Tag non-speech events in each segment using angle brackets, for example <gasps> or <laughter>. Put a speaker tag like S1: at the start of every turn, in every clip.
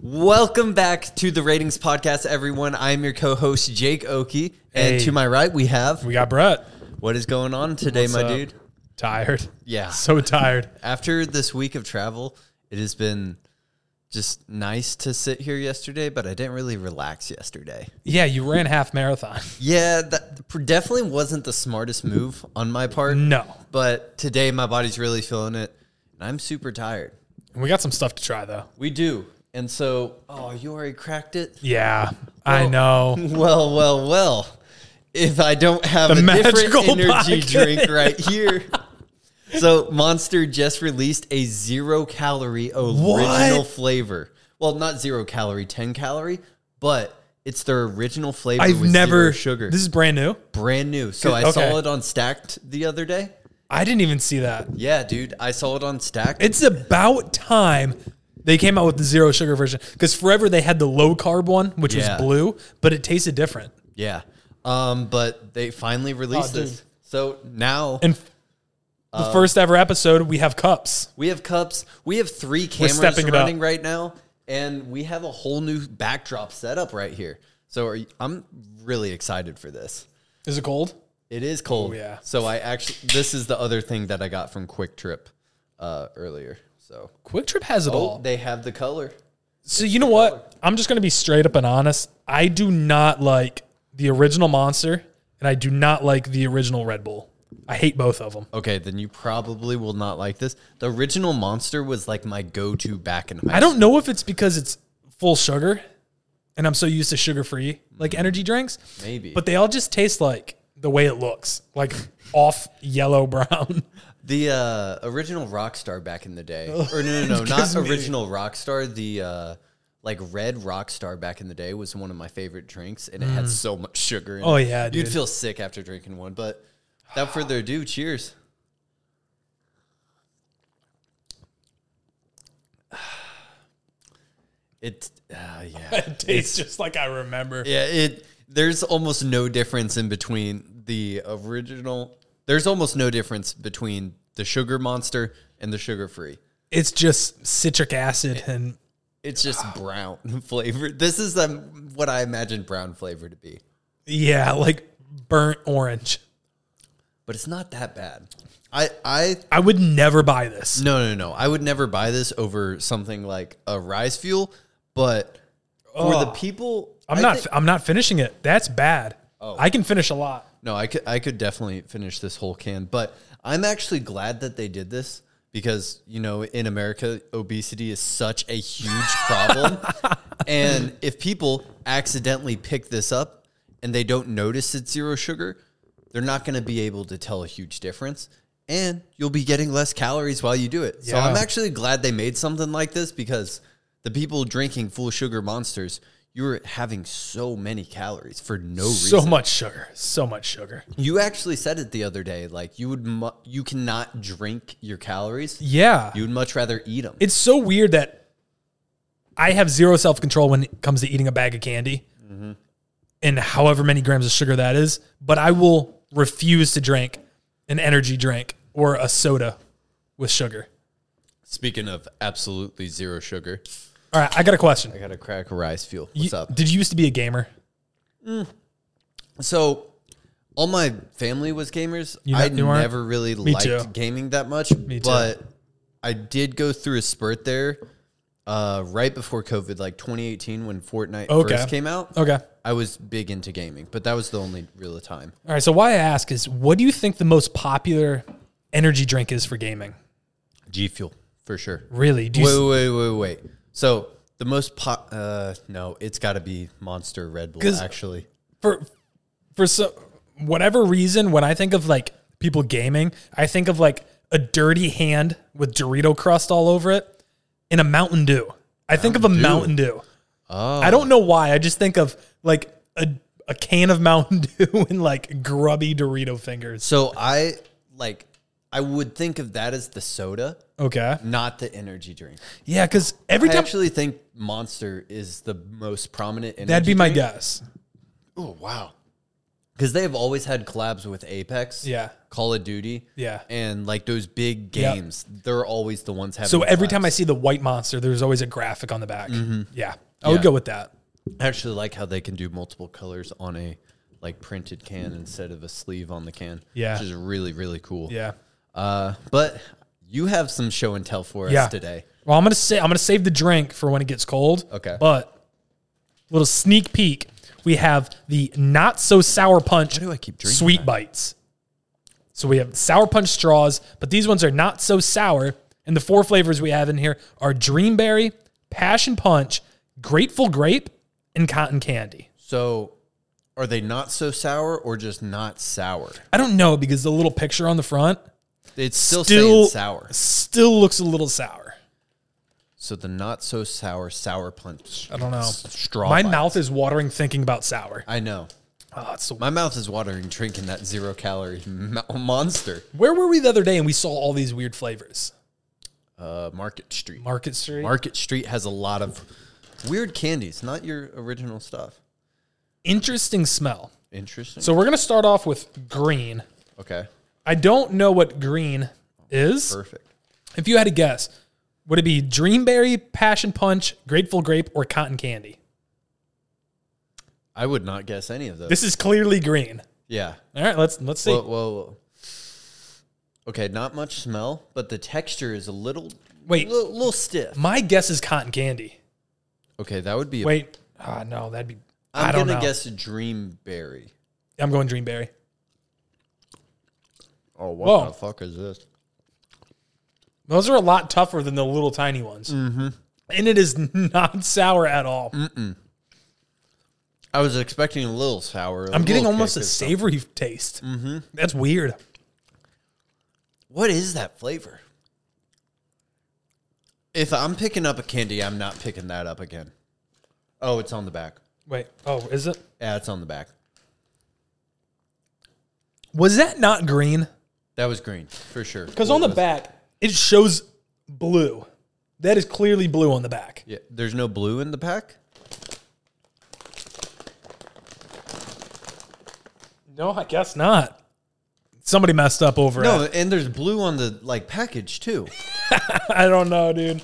S1: Welcome back to the Ratings Podcast, everyone. I'm your co-host Jake Oki, and
S2: Hey.
S1: to my right we have
S2: We got Brett.
S1: what is going on today,
S2: What's
S1: my
S2: up?
S1: dude.
S2: Tired.
S1: Yeah.
S2: <laughs> So tired.
S1: After this week of travel, it has been just nice to sit here yesterday, but I didn't really relax yesterday.
S2: Yeah, you ran half marathon. <laughs>
S1: Yeah, that pr- definitely wasn't the smartest move on my part.
S2: No.
S1: But today my body's really feeling it, and I'm super tired.
S2: And we got some stuff to try though.
S1: We do. And so, oh, you already cracked it?
S2: Yeah. I
S1: <laughs>
S2: know.
S1: Well, well, well. If I don't have
S2: The
S1: a different
S2: magical
S1: energy
S2: <laughs> pocket.
S1: drink right here. So Monster just released a zero calorie original
S2: What?
S1: flavor. Well, not zero calorie, 10 calorie, but it's their original flavor
S2: I've
S1: with zero
S2: never
S1: sugar.
S2: This is brand new.
S1: brand new. So I
S2: Okay.
S1: saw it on Stacked the other day.
S2: I didn't even see that.
S1: Yeah, dude, I saw it on Stacked.
S2: It's about time they came out with the zero sugar version because forever they had the low carb one, which
S1: Yeah.
S2: was blue, but it tasted different.
S1: yeah. Um, but they finally released
S2: Oh, dude.
S1: this. So now
S2: And f- the
S1: Oh.
S2: first ever episode, we have cups.
S1: We have cups. We have three cameras
S2: stepping it up.
S1: running right now, and we have a whole new backdrop setup right here. So are you, I'm really excited for this.
S2: Is it cold?
S1: It is cold.
S2: Oh, yeah.
S1: So I actually, this is the other thing that I got from Quick Trip uh, earlier. So
S2: Quick Trip has it all.
S1: oh, they have the color.
S2: So you know what? I'm just gonna be straight up and honest. I do not like the original Monster, and I do not like the original Red Bull. I hate both of them.
S1: Okay, then you probably will not like this. The original Monster was like my go-to back in high.
S2: I don't know if it's because it's full sugar, and I'm so used to sugar-free like energy drinks,
S1: Mm-hmm. Maybe.
S2: but they all just taste like the way it looks,
S1: <laughs>
S2: like off yellow brown. <laughs>
S1: The uh, original Rockstar back in the day, or no, no,
S2: <laughs>
S1: no, not
S2: Oh, Excuse me.
S1: original Rockstar. The uh, like red Rockstar back in the day was one of my favorite drinks, and it had so much sugar. in
S2: Mm. Oh,
S1: it.
S2: yeah,
S1: you'd
S2: dude.
S1: feel sick after drinking one. But without further ado,
S2: <sighs>
S1: cheers. It, uh, yeah,
S2: It tastes just like I remember.
S1: yeah. It there's almost no difference in between the original. There's almost no difference between the sugar monster and the sugar free.
S2: It's just citric acid and
S1: It's just brown <laughs> flavor. This is um, what I imagine brown flavor to be,
S2: yeah, like burnt orange.
S1: but it's not that bad. I I
S2: I would never buy this.
S1: no no no. I would never buy this over something like a rise fuel, but for the people,
S2: I'm
S1: I
S2: not.
S1: thi- Oh.
S2: I'm not finishing it. That's bad. I can finish a lot.
S1: No, I could I could definitely finish this whole can, but I'm actually glad that they did this because you know in America obesity is such a
S2: <laughs>
S1: huge problem, and if people accidentally pick this up and they don't notice it's zero sugar, they're not going to be able to tell a huge difference, and you'll be getting less calories while you do it. So I'm
S2: Yeah.
S1: actually glad they made something like this because the people drinking full sugar monsters. You're having so many calories for no reason.
S2: So much sugar. So much sugar.
S1: You actually said it the other day. Like you would, mu- you cannot drink your calories.
S2: Yeah.
S1: You would much rather eat them.
S2: it's so weird that I have zero self control when it comes to eating a bag of candy,
S1: Mm-hmm.
S2: and however many grams of sugar that is. But I will refuse to drink an energy drink or a soda with sugar.
S1: Speaking of absolutely zero sugar,
S2: All right, I got a question.
S1: I got a crack of rice fuel.
S2: You-
S1: What's up?
S2: Did you used to be a gamer?
S1: So, all my family was gamers.
S2: You
S1: I
S2: ne- you weren't?
S1: never really
S2: Me
S1: liked
S2: too.
S1: gaming that much,
S2: too.
S1: but I did go through a spurt there, uh, right before COVID, like 2018, when Fortnite
S2: Okay. Oh.
S1: first came out.
S2: Okay.
S1: I was big into gaming, but that was the only real time.
S2: All right. So why I ask is, what do you think the most popular energy drink is for gaming?
S1: G Fuel for sure.
S2: Really? Do you
S1: wait, wait, wait, wait. So the most pop, uh, no, it's got to be Monster Red Bull.
S2: 'Cause-
S1: Actually,
S2: for for so whatever reason when i think of like people gaming i think of like a dirty hand with dorito crust all over it and a mountain dew i think of a mountain dew
S1: Oh.
S2: i don't know why i just think of like a, a can of <laughs> mountain dew and like grubby dorito fingers
S1: so I like, I would think of that as the soda,
S2: okay
S1: not the energy drink.
S2: yeah because every
S1: I
S2: time
S1: actually think Monster is the most prominent. Energy
S2: that'd be my
S1: drink.
S2: guess
S1: Oh wow, because they have always had collabs with Apex,
S2: Yeah.
S1: Call of Duty,
S2: Yeah.
S1: and like those big
S2: Yep.
S1: games. They're always the ones having.
S2: So every
S1: collabs.
S2: time I see the white monster, there's always a graphic on the back. Yeah, I would
S1: Yeah.
S2: go with that.
S1: I actually like how they can do multiple colors on a like printed can instead of a sleeve on the can.
S2: Yeah.
S1: which is really really cool.
S2: Yeah.
S1: Uh, but you have some show and tell for us
S2: Yeah.
S1: today.
S2: Well, I'm gonna say I'm gonna save the drink for when it gets cold.
S1: Okay.
S2: But little sneak peek, we have the not so sour punch.
S1: do I keep drinking
S2: Sweet bites. So we have sour punch straws, but these ones are not so sour. And the four flavors we have in here are dreamberry, passion punch, grateful grape, and cotton candy.
S1: So are they not so sour or just not sour?
S2: I don't know because the little picture on the front
S1: It's still,
S2: Still-
S1: saying sour.
S2: still looks a little sour.
S1: So the not so sour sour punch.
S2: I don't know.
S1: Straw.
S2: My
S1: bite.
S2: mouth is watering thinking about sour.
S1: I know.
S2: Oh, it's so
S1: My mouth is watering drinking that zero calorie mo- monster.
S2: Where were we the other day and we saw all these weird flavors?
S1: Uh, Market Street.
S2: Market Street.
S1: Market Street has a lot of weird candies, not your original stuff.
S2: Interesting smell.
S1: Interesting.
S2: So we're going to start off with green.
S1: okay.
S2: I don't know what green is.
S1: Perfect.
S2: If you had to guess, would it be Dreamberry, Passion Punch, Grateful Grape, or Cotton Candy?
S1: I would not guess any of those.
S2: This is clearly green.
S1: yeah.
S2: All right, let's let's see.
S1: Whoa, whoa, whoa. Okay, not much smell, but the texture is a little
S2: Wait.
S1: little, little stiff.
S2: My guess is Cotton Candy.
S1: Okay, that would be. A,
S2: Wait. Ah, no, that'd be.
S1: I'm
S2: I don't
S1: gonna
S2: know.
S1: guess dream berry.
S2: I'm going Dreamberry.
S1: Oh, what
S2: Whoa.
S1: the fuck is this?
S2: Those are a lot tougher than the little tiny ones.
S1: Mm-hmm.
S2: And it is <laughs> not sour at all.
S1: I was expecting a little sour.
S2: I'm getting almost a savory taste. That's weird.
S1: What is that flavor? If I'm picking up a candy, I'm not picking that up again. Oh, it's on the back.
S2: Wait. Oh, is it?
S1: Yeah, it's on the back.
S2: Was that not green?
S1: That was green for sure.
S2: Because on the back, it shows blue. That is clearly blue on the back.
S1: yeah, there's no blue in the pack.
S2: No, I guess not. Somebody messed up over
S1: No,
S2: it. <laughs>
S1: and there's blue on the like package too.
S2: I don't know, dude.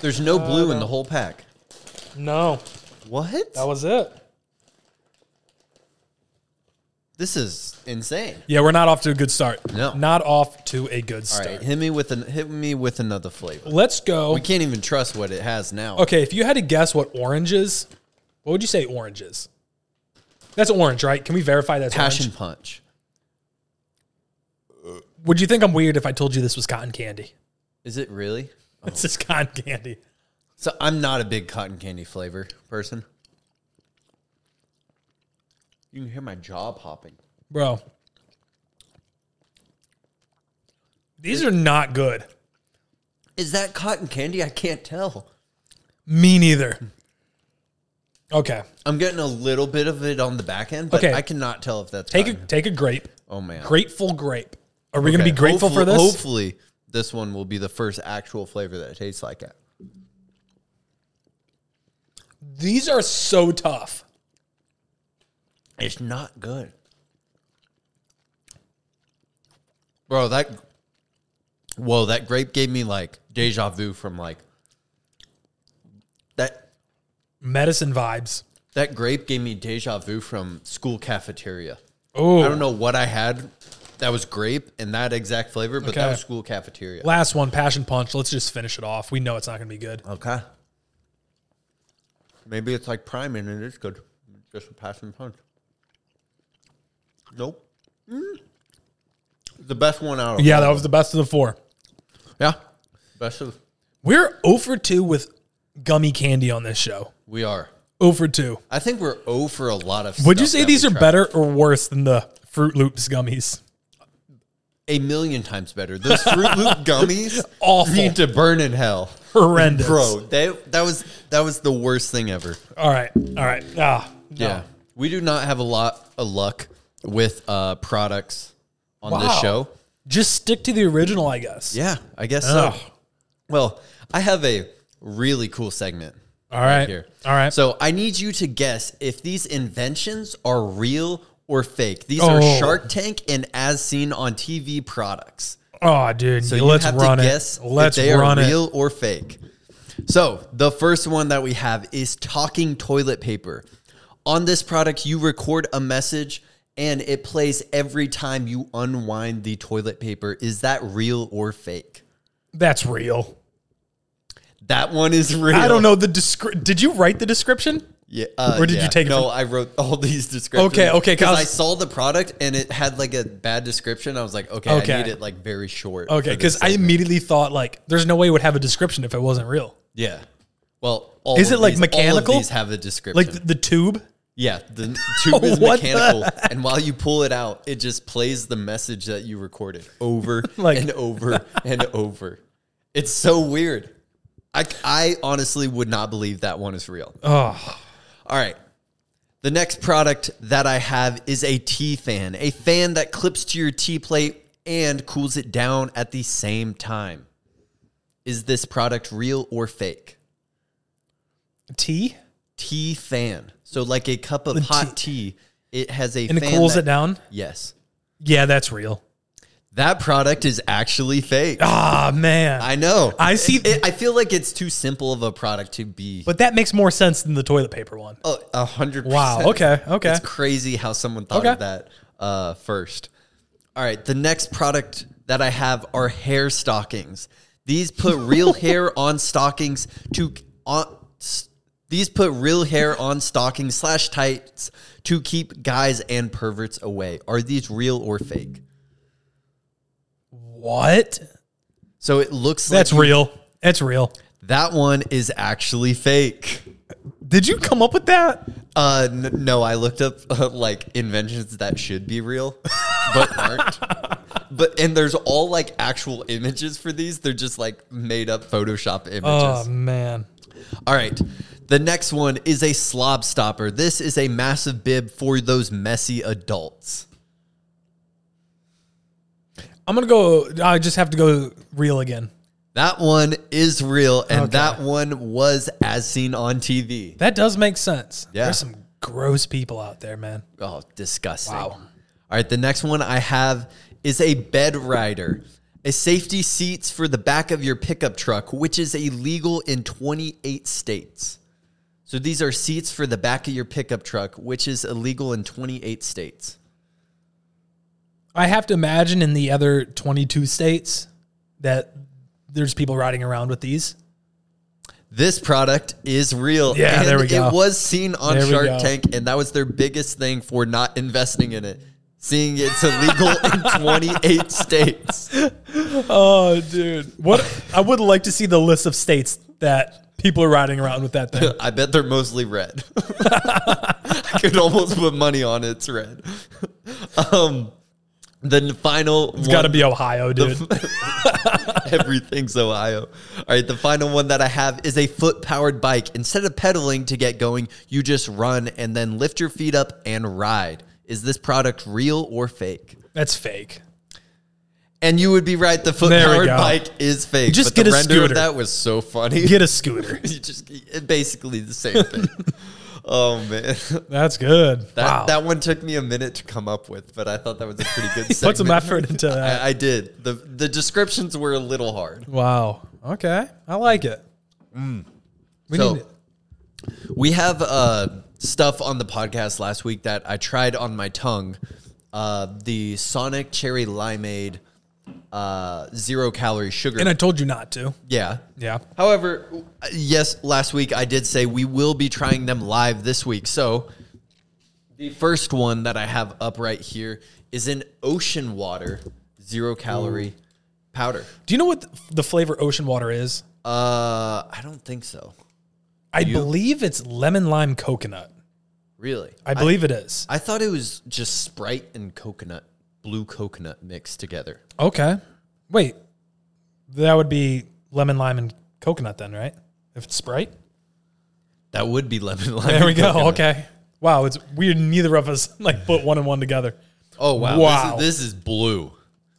S1: There's no blue in the whole pack.
S2: No,
S1: What?
S2: Uh, that was it.
S1: This is insane.
S2: Yeah, we're not off to a good start.
S1: No.
S2: Not off to a good
S1: All
S2: start.
S1: right, hit me with an hit me with another flavor.
S2: Let's go.
S1: We can't even trust what it has now.
S2: Okay, if you had to guess what orange is, what would you say orange is? That's orange, right? Can we verify that's
S1: Passion
S2: orange?
S1: punch.
S2: Would you think I'm weird if I told you this was cotton candy?
S1: Is it really?
S2: <laughs> This is cotton candy.
S1: So I'm not a big cotton candy flavor person. You can hear my jaw popping.
S2: Bro. These are not good.
S1: Is that cotton candy? I can't tell.
S2: Me neither. Okay.
S1: I'm getting a little bit of it on the back end, but
S2: Okay.
S1: I cannot tell if that's
S2: Take a
S1: cotton.
S2: take a grape.
S1: oh man.
S2: Grateful grape. Are we gonna be
S1: Okay,
S2: grateful for
S1: hopefully-
S2: this?
S1: Hopefully, this one will be the first actual flavor that tastes like it.
S2: These are so tough.
S1: It's not good. Bro, that Whoa, that grape gave me like deja vu from like that
S2: Medicine vibes.
S1: that grape gave me deja vu from school cafeteria. I
S2: Oh
S1: don't know what I had that was grape and that exact flavor, but that
S2: Okay.
S1: was school cafeteria.
S2: last one, passion punch. Let's just finish it off. We know it's not gonna be good.
S1: Okay. Maybe it's like prime and it is good. Just a passion punch. Nope. Mm. The best one out of
S2: Yeah,
S1: all
S2: that
S1: of
S2: was the best of the four.
S1: them. yeah. Best of
S2: We're 0 for 2 with gummy candy on this show.
S1: we are.
S2: 0 for 2.
S1: I think we're o for a lot of.
S2: Would you
S1: stuff
S2: say
S1: that
S2: these
S1: we
S2: are
S1: tried.
S2: better or worse than the Fruit Loops gummies?
S1: A million times better. Those Fruit
S2: <laughs>
S1: Loop gummies
S2: Awful.
S1: need to burn in hell,
S2: Horrendous.
S1: bro. They, that was that was the worst thing ever.
S2: All right. All right. Ah, no.
S1: Yeah, we do not have a lot of luck with uh, products on this
S2: Wow.
S1: show.
S2: Just stick to the original, I guess.
S1: Yeah, I guess
S2: Ugh.
S1: so. Well, I have a really cool segment
S2: All right.
S1: here.
S2: All right.
S1: So I need you to guess if these inventions are real or fake. These
S2: Oh.
S1: are Shark Tank and as seen on TV products.
S2: Oh, dude.
S1: So you
S2: let's
S1: have
S2: run
S1: to
S2: it.
S1: guess
S2: let's
S1: if they
S2: run
S1: are
S2: it.
S1: real or fake. So the first one that we have is talking toilet paper. On this product, you record a message and it plays every time you unwind the toilet paper. Is that real or fake?
S2: That's real.
S1: That one is real.
S2: I don't know the descri- Did you write the description?
S1: Yeah, uh,
S2: Or did you
S1: yeah.
S2: take it
S1: No,
S2: from-
S1: I wrote all <laughs> these descriptions.
S2: Okay, okay, 'cause I
S1: Because I
S2: was-
S1: saw the product and it had like a bad description. I was like, okay,
S2: Okay.
S1: I need it like very short.
S2: Okay,
S1: for
S2: because
S1: this
S2: I
S1: segment.
S2: immediately thought like, there's no way it would have a description if it wasn't real.
S1: yeah. Well, all of
S2: Is it, like,
S1: these-
S2: mechanical?
S1: All of these have a description.
S2: Like the, the tube.
S1: yeah,
S2: <laughs>
S1: the tube is
S2: What the <laughs>
S1: mechanical, and while you pull it out, it just plays the message that you recorded over
S2: <laughs> Like-
S1: and
S2: <laughs>
S1: over and over. It's so weird. I I honestly would not believe that one is real.
S2: Oh,
S1: All right. The next product that I have is a tea fan, a fan that clips to your tea plate and cools it down at the same time. Is this product real or fake?
S2: tea
S1: Tea fan. So, like a cup of hot tea, it has a
S2: and it
S1: fan
S2: cools
S1: that-
S2: it down.
S1: Yes.
S2: Yeah, that's real.
S1: That product is actually fake.
S2: Ah man,
S1: I know.
S2: I see-
S1: It, I feel like it's too simple of a product to be
S2: but that makes more sense than the toilet paper one.
S1: Oh, a hundred.
S2: Wow,
S1: percent.
S2: okay, okay.
S1: It's crazy how someone thought
S2: Okay.
S1: of that uh, first. All right, the next product that I have are hair stockings. These put
S2: <laughs>
S1: real hair on stockings to on. s- These put real hair on stockings slash tights to keep guys and perverts away. Are these real or fake?
S2: What?
S1: So it looks like
S2: That's real. That's real.
S1: that one is actually fake.
S2: Did you come up with that?
S1: Uh, n- no, I looked up <laughs> uh, like inventions that should be real, <laughs> but aren't. But and there's all like actual images for these. They're just like made up Photoshop images.
S2: Oh man.
S1: All right. The next one is a slob stopper. This is a massive bib for those messy adults.
S2: I'm gonna go. I just have to go real again.
S1: That one is real, and
S2: Okay.
S1: that one was as seen on TV.
S2: That does make sense.
S1: Yeah.
S2: There's some gross people out there, man.
S1: Oh, disgusting.
S2: Wow.
S1: All right, the next one I have is a bed rider. A safety seats for the back of your pickup truck, which is illegal in 28 states. So these are seats for the back of your pickup truck, which is illegal in 28 states.
S2: I have to imagine in the other 22 states that there's people riding around with these.
S1: This product is real.
S2: Yeah,
S1: and
S2: there we go.
S1: It was seen on
S2: There we go.
S1: Shark Tank, and that was their biggest thing for not investing in it, seeing it's illegal in 28 states.
S2: Oh, dude. What I would like to see the list of states that people are riding around with
S1: <laughs>
S2: that thing.
S1: I bet they're mostly red. <laughs> I could almost put money on it's red. Um, the final
S2: <laughs> It's got to be Ohio, dude.
S1: <laughs> everything's Ohio. All right, the final one that I have is a foot powered bike. Instead of pedaling to get going, you just run and then lift your feet up and ride. Is this product real or fake?
S2: That's fake.
S1: And you would be right. The foot
S2: There we
S1: powered
S2: go.
S1: bike is fake.
S2: Just
S1: but the
S2: get a
S1: render
S2: scooter.
S1: of that was so funny.
S2: Get a scooter.
S1: <laughs> you just it basically the same
S2: <laughs>
S1: thing. oh man.
S2: That's good.
S1: That,
S2: wow.
S1: that one took me a minute to come up with, but I thought that was a pretty
S2: <laughs>
S1: good.
S2: Put some
S1: segment.
S2: effort into
S1: <laughs>
S2: that.
S1: I, I did. the The descriptions were a little hard.
S2: wow. Okay. I like it. We
S1: Mm. So-
S2: need it.
S1: We have uh, stuff on the podcast last week that I tried on my tongue. Uh, the Sonic Cherry Limeade uh, zero calorie sugar.
S2: And I told you not to.
S1: yeah.
S2: Yeah.
S1: However, yes, last week I did say we will be trying them live this week. So the first one that I have up right here is an ocean water zero calorie powder.
S2: Do you know what the flavor ocean water is?
S1: Uh, I don't think so.
S2: I believe it's lemon lime coconut.
S1: Really?
S2: I believe it is.
S1: I thought it was just Sprite and coconut, blue coconut mixed together.
S2: Okay. Wait. That would be lemon lime and coconut then, right? If it's Sprite?
S1: That would be lemon lime.
S2: There we go.
S1: coconut.
S2: Okay. Wow, it's weird neither of us like put one and one together.
S1: Oh wow.
S2: Wow.
S1: This is, this is blue.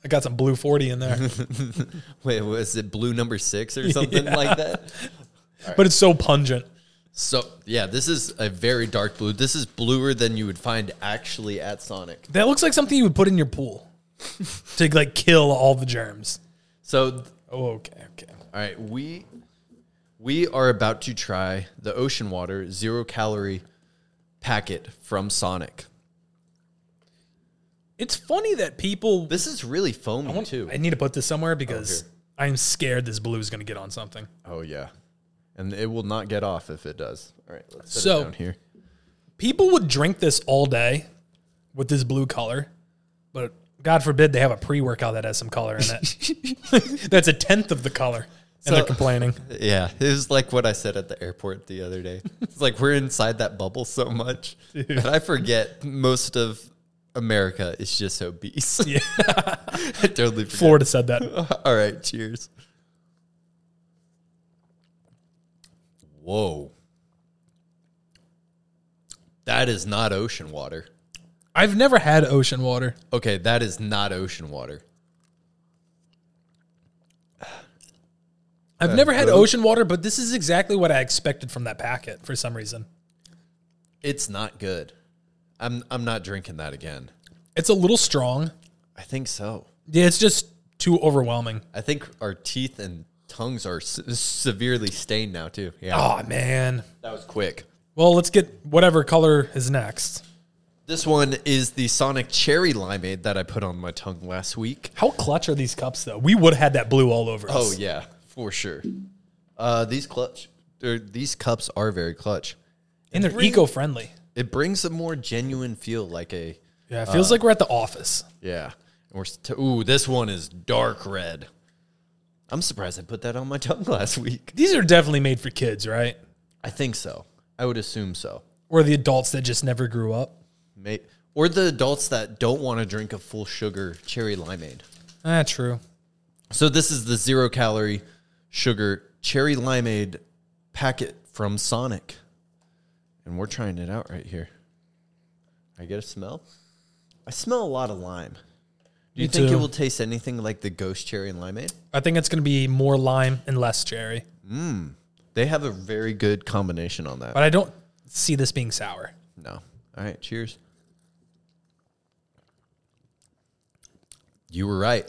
S2: I got some blue 40 in there. <laughs>
S1: Wait, was it blue number six or something like that?
S2: But it's so pungent.
S1: So yeah, this is a very dark blue. This is bluer than you would find actually at Sonic.
S2: That looks like something you would put in your pool <laughs> to like kill all the germs.
S1: So th-
S2: Oh, okay, okay.
S1: all right, we we are about to try the ocean water zero calorie packet from Sonic.
S2: It's funny that people.
S1: This is really foamy
S2: I want-
S1: too.
S2: I need to put this somewhere because I'm scared this blue is going to get on something.
S1: oh yeah. And it will not get off if it does. All right, let's set
S2: So-
S1: it down here.
S2: People would drink this all day with this blue color, but God forbid they have a pre workout that has some color in
S1: <laughs>
S2: it. That's a tenth of the color. And they're
S1: So-
S2: complaining.
S1: Yeah, it was like what I said at the airport the other day. It's like we're inside that bubble so much that I forget most of America is just obese. <laughs> Yeah. I totally forget.
S2: Florida said that.
S1: All right, cheers. Whoa. That is not ocean water.
S2: I've never had ocean water.
S1: Okay, that is not ocean water.
S2: I've never had
S1: hello?
S2: ocean water, but this is exactly what I expected from that packet for some reason.
S1: It's not good. I'm I'm not drinking that again.
S2: It's a little strong.
S1: I think so.
S2: Yeah, it's just too overwhelming.
S1: I think our teeth and tongues are se- severely stained now too. Yeah,
S2: Oh man.
S1: that was quick.
S2: Well, let's get whatever color is next.
S1: This one is the Sonic Cherry Limeade that I put on my tongue last week.
S2: How clutch are these cups though? We would have had that blue all over us.
S1: Oh yeah, for sure. Uh, these clutch, er, these cups are very clutch.
S2: And they're eco-friendly.
S1: It brings a more genuine feel, like a
S2: Yeah, it feels
S1: Uh,
S2: like we're at the office.
S1: yeah. And we're st- ooh, this one is dark red. I'm surprised I put that on my tongue <laughs> last week.
S2: These are definitely made for kids, right?
S1: I think so. I would assume so.
S2: Or the adults that just never grew up.
S1: May- or the adults that don't want to drink a full sugar cherry limeade.
S2: Ah, true.
S1: So this is the zero calorie sugar cherry limeade packet from Sonic. And we're trying it out right here. I get a smell. I smell a lot of lime. Do you
S2: Me
S1: think
S2: too.
S1: it will taste anything like the ghost cherry and limeade?
S2: I think it's going to be more lime and less cherry,
S1: They have a very good combination on that.
S2: but I don't see this being sour.
S1: No. All right, cheers. You were right.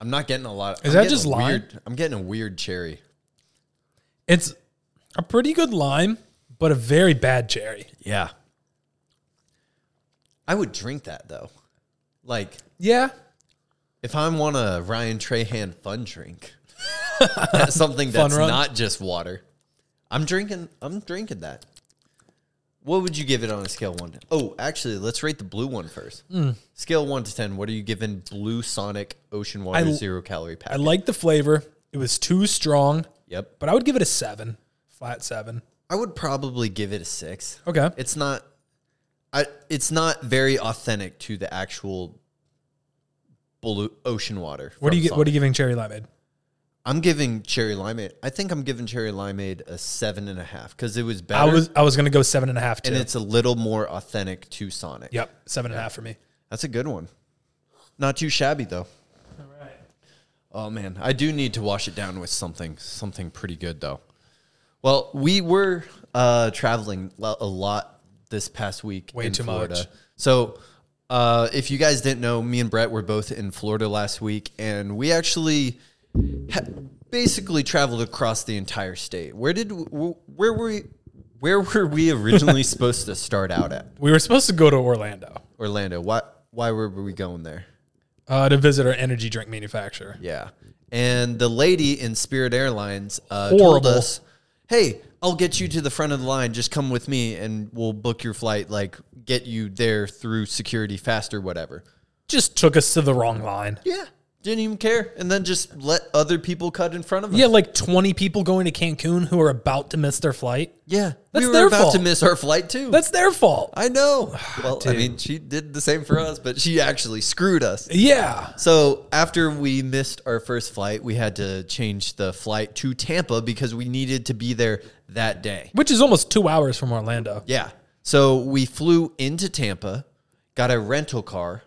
S1: I'm not getting a lot.
S2: Is
S1: I'm
S2: that
S1: getting
S2: just
S1: a
S2: lime?
S1: Weird, I'm getting a weird cherry.
S2: It's a pretty good lime, but a very bad cherry.
S1: Yeah. I would drink that though. Like
S2: Yeah.
S1: if I want a Ryan Trahan fun
S2: <laughs>
S1: drink, that's something
S2: Fun
S1: that's
S2: run?
S1: not just water. I'm drinking. I'm drinking that. What would you give it on a scale one? To, oh, actually, let's rate the blue one first.
S2: Hmm.
S1: Scale one to ten. What are you giving Blue Sonic Ocean Water
S2: I-
S1: Zero Calorie Pack?
S2: I like the flavor. It was too strong,
S1: yep.
S2: but I would give it a seven, flat seven.
S1: I would probably give it a six.
S2: Okay.
S1: it's not I, it's not very authentic to the actual blue ocean water. from
S2: What do you get? What
S1: Sonic.
S2: are you giving cherry limeade?
S1: I'm giving cherry limeade. I think I'm giving cherry limeade a seven and a half because it was
S2: I
S1: better
S2: was I was gonna go seven and a half too.
S1: and it's a little more authentic to Sonic.
S2: yep, seven and a half for me.
S1: that's a good one. Not too shabby though.
S2: All right.
S1: Oh man, I do need to wash it down with something something pretty good though. Well, we were uh, traveling lo- a lot this past week
S2: Way
S1: in
S2: too
S1: Florida.
S2: much.
S1: So, uh, if you guys didn't know, me and Brett were both in Florida last week, and we actually ha- basically traveled across the entire state. Where did w- where were we, where were we
S2: <laughs>
S1: originally supposed to start out at?
S2: We were supposed to go to Orlando
S1: Orlando. Why why were we going there?
S2: uh, to visit our energy drink manufacturer.
S1: Yeah. And the lady in Spirit Airlines uh, told
S2: Horrible.
S1: us, hey, I'll get you to the front of the line. Just come with me and we'll book your flight, like get you there through security faster, whatever.
S2: Just took us to the wrong line.
S1: Yeah. Didn't even care. And then just let other people cut in front of us.
S2: Yeah, like twenty people going to Cancun who are about to miss their flight.
S1: Yeah.
S2: That's
S1: we were
S2: their
S1: about to
S2: fault.
S1: miss our flight too.
S2: That's their fault.
S1: I know.
S2: <sighs>
S1: Well, I mean, she did the same for us, but she actually screwed us.
S2: Yeah.
S1: So after we missed our first flight, we had to change the flight to Tampa because we needed to be there that day.
S2: Which is almost two hours from Orlando.
S1: Yeah. So we flew into Tampa, got a rental car,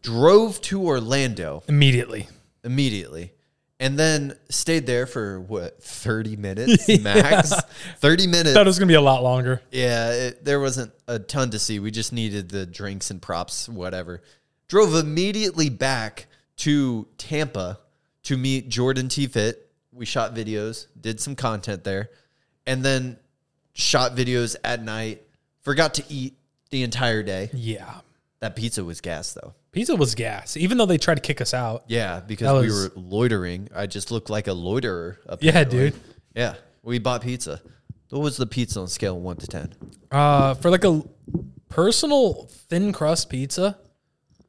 S1: drove to Orlando
S2: Immediately.
S1: immediately, and then stayed there for what 30 minutes max 30 minutes
S2: Thought it was gonna be a lot longer.
S1: yeah it, there wasn't a ton to see we just needed the drinks and props whatever drove immediately back to tampa to meet jordan t-fit we shot videos did some content there and then shot videos at night forgot to eat the entire day
S2: Yeah,
S1: that pizza was gas though
S2: pizza was gas. Even though they tried to kick us out.
S1: yeah, because
S2: That
S1: we
S2: was-
S1: were loitering. I just looked like a loiterer.
S2: Yeah,
S1: apparently.
S2: dude.
S1: Yeah, we bought pizza. What was the pizza on scale of one to ten?
S2: Uh, for like a personal thin crust pizza,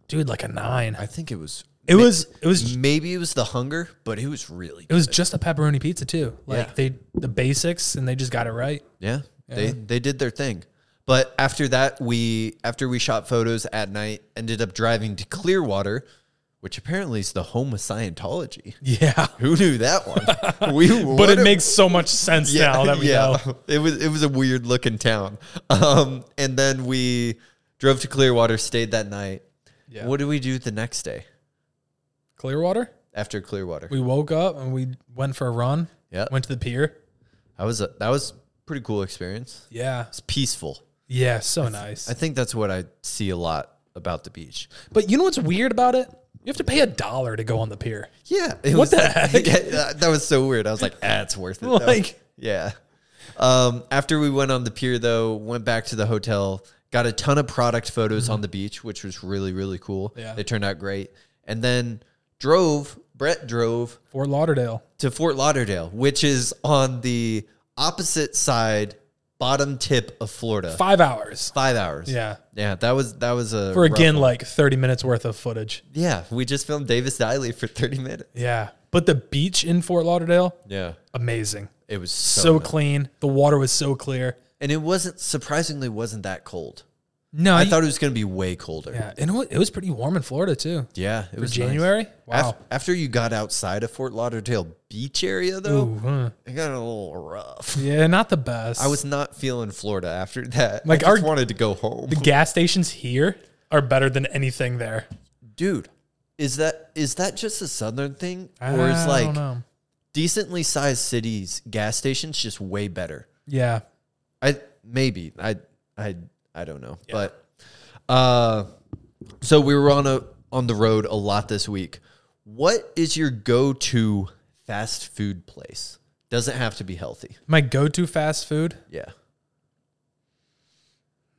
S2: dude, like a nine.
S1: I think it was.
S2: It was it was
S1: Maybe it was the hunger, but it was really.
S2: It was just a pepperoni pizza too. Like
S1: Yeah.
S2: they the basics and they just got it right.
S1: Yeah, they they did their thing. But after that, we after we shot photos at night, ended up driving to Clearwater, which apparently is the home of
S2: <laughs>
S1: Scientology.
S2: Yeah.
S1: Who knew that
S2: <laughs>
S1: one? we
S2: But it makes so much sense
S1: <laughs>
S2: now that we know.
S1: It was it was a weird looking town. Um, and then we drove to Clearwater, stayed that night.
S2: Yeah.
S1: What did we do the next day
S2: Clearwater?
S1: after Clearwater?
S2: We woke up and we went for a run.
S1: Yep.
S2: Went to the pier.
S1: that was a, that was a pretty cool experience.
S2: Yeah.
S1: It's peaceful.
S2: Yeah, so nice.
S1: I think that's what I see a lot about the beach.
S2: but you know what's weird about it? You have to pay a dollar to go on the pier.
S1: Yeah, it
S2: What
S1: was,
S2: the
S1: <laughs>
S2: heck?
S1: Yeah, that- that was so weird. I was like, ah, it's worth it. though."
S2: Like-
S1: yeah. Um, after we went on the pier, though, went back to the hotel, got a ton of product photos on the beach, which was really really cool.
S2: Mm-hmm. Yeah.
S1: they turned out great. And then drove. Brett drove
S2: Fort Lauderdale.
S1: to Fort Lauderdale, which is on the opposite side, bottom tip of Florida.
S2: Five hours.
S1: Five hours.
S2: Yeah.
S1: yeah. That was that was a
S2: For
S1: rough
S2: again
S1: one.
S2: like thirty minutes worth of footage.
S1: Yeah, we just filmed Davis Diley for thirty minutes.
S2: Yeah. But the beach in Fort Lauderdale,
S1: Yeah,
S2: amazing.
S1: it was
S2: So,
S1: so, nice.
S2: clean. The water was so clear.
S1: and it wasn't surprisingly wasn't that cold.
S2: No,
S1: I
S2: you-
S1: thought it was going to be way colder. Yeah,
S2: Yeah, and it wa- it was pretty warm in Florida too.
S1: it was nice.
S2: January?
S1: Af-
S2: Wow.
S1: after you got outside of Fort Lauderdale beach area, though,
S2: Ooh, huh.
S1: it got a little rough.
S2: Yeah, not the best.
S1: I was not feeling Florida after that.
S2: Like,
S1: I just
S2: our-
S1: wanted to go home,
S2: the gas stations here are better than anything there.
S1: dude. Is that is that just a southern thing,
S2: I
S1: or is
S2: don't
S1: like
S2: know.
S1: decently sized cities gas stations just way better?
S2: yeah,
S1: I maybe I I I don't know, but uh, so we were on a on the road a lot this week. What is your go to fast food place? Doesn't have to be healthy.
S2: my go-to fast food.
S1: Yeah.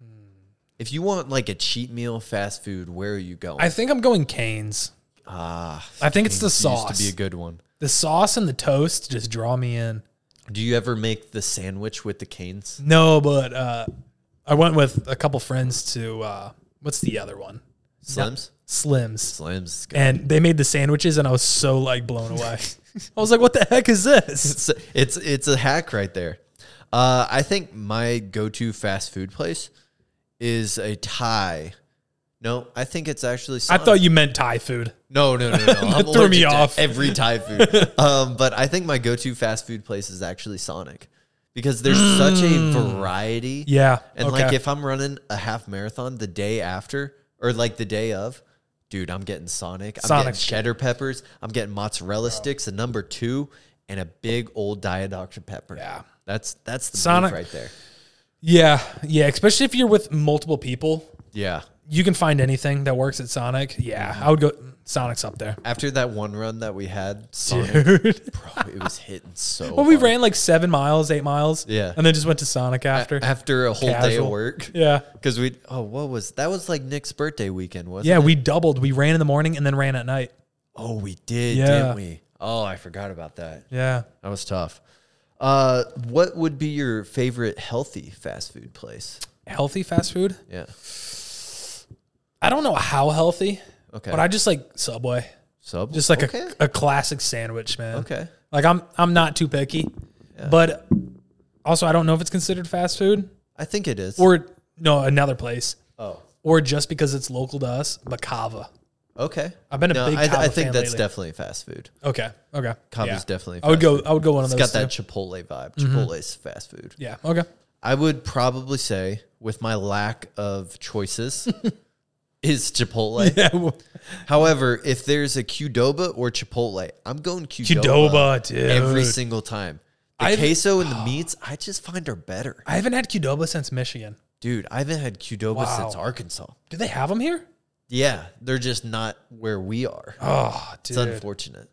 S1: Hmm. If you want like a cheat meal, fast food, where are you going?
S2: I think I'm going Canes.
S1: ah,
S2: I think it's the
S1: Cane's
S2: sauce.
S1: Used to be a good one.
S2: the sauce and the toast just draw me in.
S1: Do you ever make the sandwich with the canes?
S2: No, but uh, I went with a couple friends to uh, what's the other one?
S1: Slims.
S2: Slims.
S1: Slims. is good.
S2: And they made the sandwiches, and I was so like
S1: <laughs>
S2: blown away. I was like, "What the heck is this?"
S1: it's it's it's a hack right there. Uh, I think my go-to fast food place is a Thai. No, I think it's actually.
S2: I
S1: Sonic.
S2: thought you meant Thai food.
S1: no, no, no,
S2: <laughs>
S1: no. I'm
S2: threw me
S1: allergic to
S2: off.
S1: every Thai
S2: <laughs>
S1: food. um, but I think my go-to fast food place is actually Sonic, because there's such a variety.
S2: Mm. Yeah.
S1: and
S2: okay.
S1: like if I'm running a half marathon the day after or like the day of. Dude, I'm getting Sonic. I'm
S2: Sonic's
S1: getting
S2: good.
S1: cheddar peppers. I'm getting mozzarella sticks, a number two, and a big old Diet Dr Pepper.
S2: Yeah.
S1: that's that's the
S2: Sonic-
S1: Sonic right there.
S2: Yeah, yeah. Especially if you're with multiple people,
S1: Yeah.
S2: you can find anything that works at Sonic. Yeah, I would go. Sonic's up there,
S1: After that one run that we had, Sonic,
S2: dude.
S1: bro, it was hitting so.
S2: <laughs> Well, we
S1: hard.
S2: ran like seven miles, eight miles.
S1: Yeah.
S2: and then just went to Sonic after.
S1: after a whole day of
S2: Casual.
S1: work
S2: yeah,
S1: because we. Oh, what was that? Was like Nick's birthday weekend, wasn't
S2: yeah.
S1: it?
S2: We doubled. We ran in the morning and then ran at night.
S1: Oh, we did,
S2: Yeah.
S1: didn't we? Oh, I forgot about that.
S2: Yeah.
S1: That was tough. Uh, what would be your favorite healthy fast food place?
S2: Healthy fast food.
S1: Yeah.
S2: I don't know how healthy,
S1: Okay.
S2: but I just like Subway.
S1: Sub.
S2: Just like
S1: okay.
S2: a, a classic sandwich, man.
S1: okay.
S2: Like I'm I'm not too picky, but also I don't know if it's considered fast food
S1: I think it is.
S2: or no another place.
S1: oh.
S2: or just because it's local to us, but kava.
S1: Okay.
S2: I've been a
S1: No,
S2: big
S1: I,
S2: Cava
S1: I think
S2: fan
S1: that's
S2: lately.
S1: definitely fast food.
S2: Okay, okay.
S1: Cava's
S2: Yeah.
S1: definitely. Fast
S2: I would go.
S1: Food.
S2: I would go one of
S1: It's
S2: those. Mm-hmm.
S1: got that
S2: too.
S1: Chipotle vibe. Chipotle's fast food.
S2: Yeah. Okay. <laughs> <laughs>
S1: I would probably say, with my lack of choices, is Chipotle.
S2: Yeah, well,
S1: However, if there's a Qdoba or Chipotle, I'm going Qdoba,
S2: Qdoba, dude.
S1: every single time. The
S2: I've-
S1: queso and
S2: <gasps>
S1: the meats, I just find are better.
S2: I haven't had Qdoba since Michigan.
S1: Dude, I haven't had Qdoba since
S2: Wow.
S1: Arkansas.
S2: Do they have them here?
S1: Yeah, they're just not where we are.
S2: Oh,
S1: It's
S2: dude.
S1: unfortunate.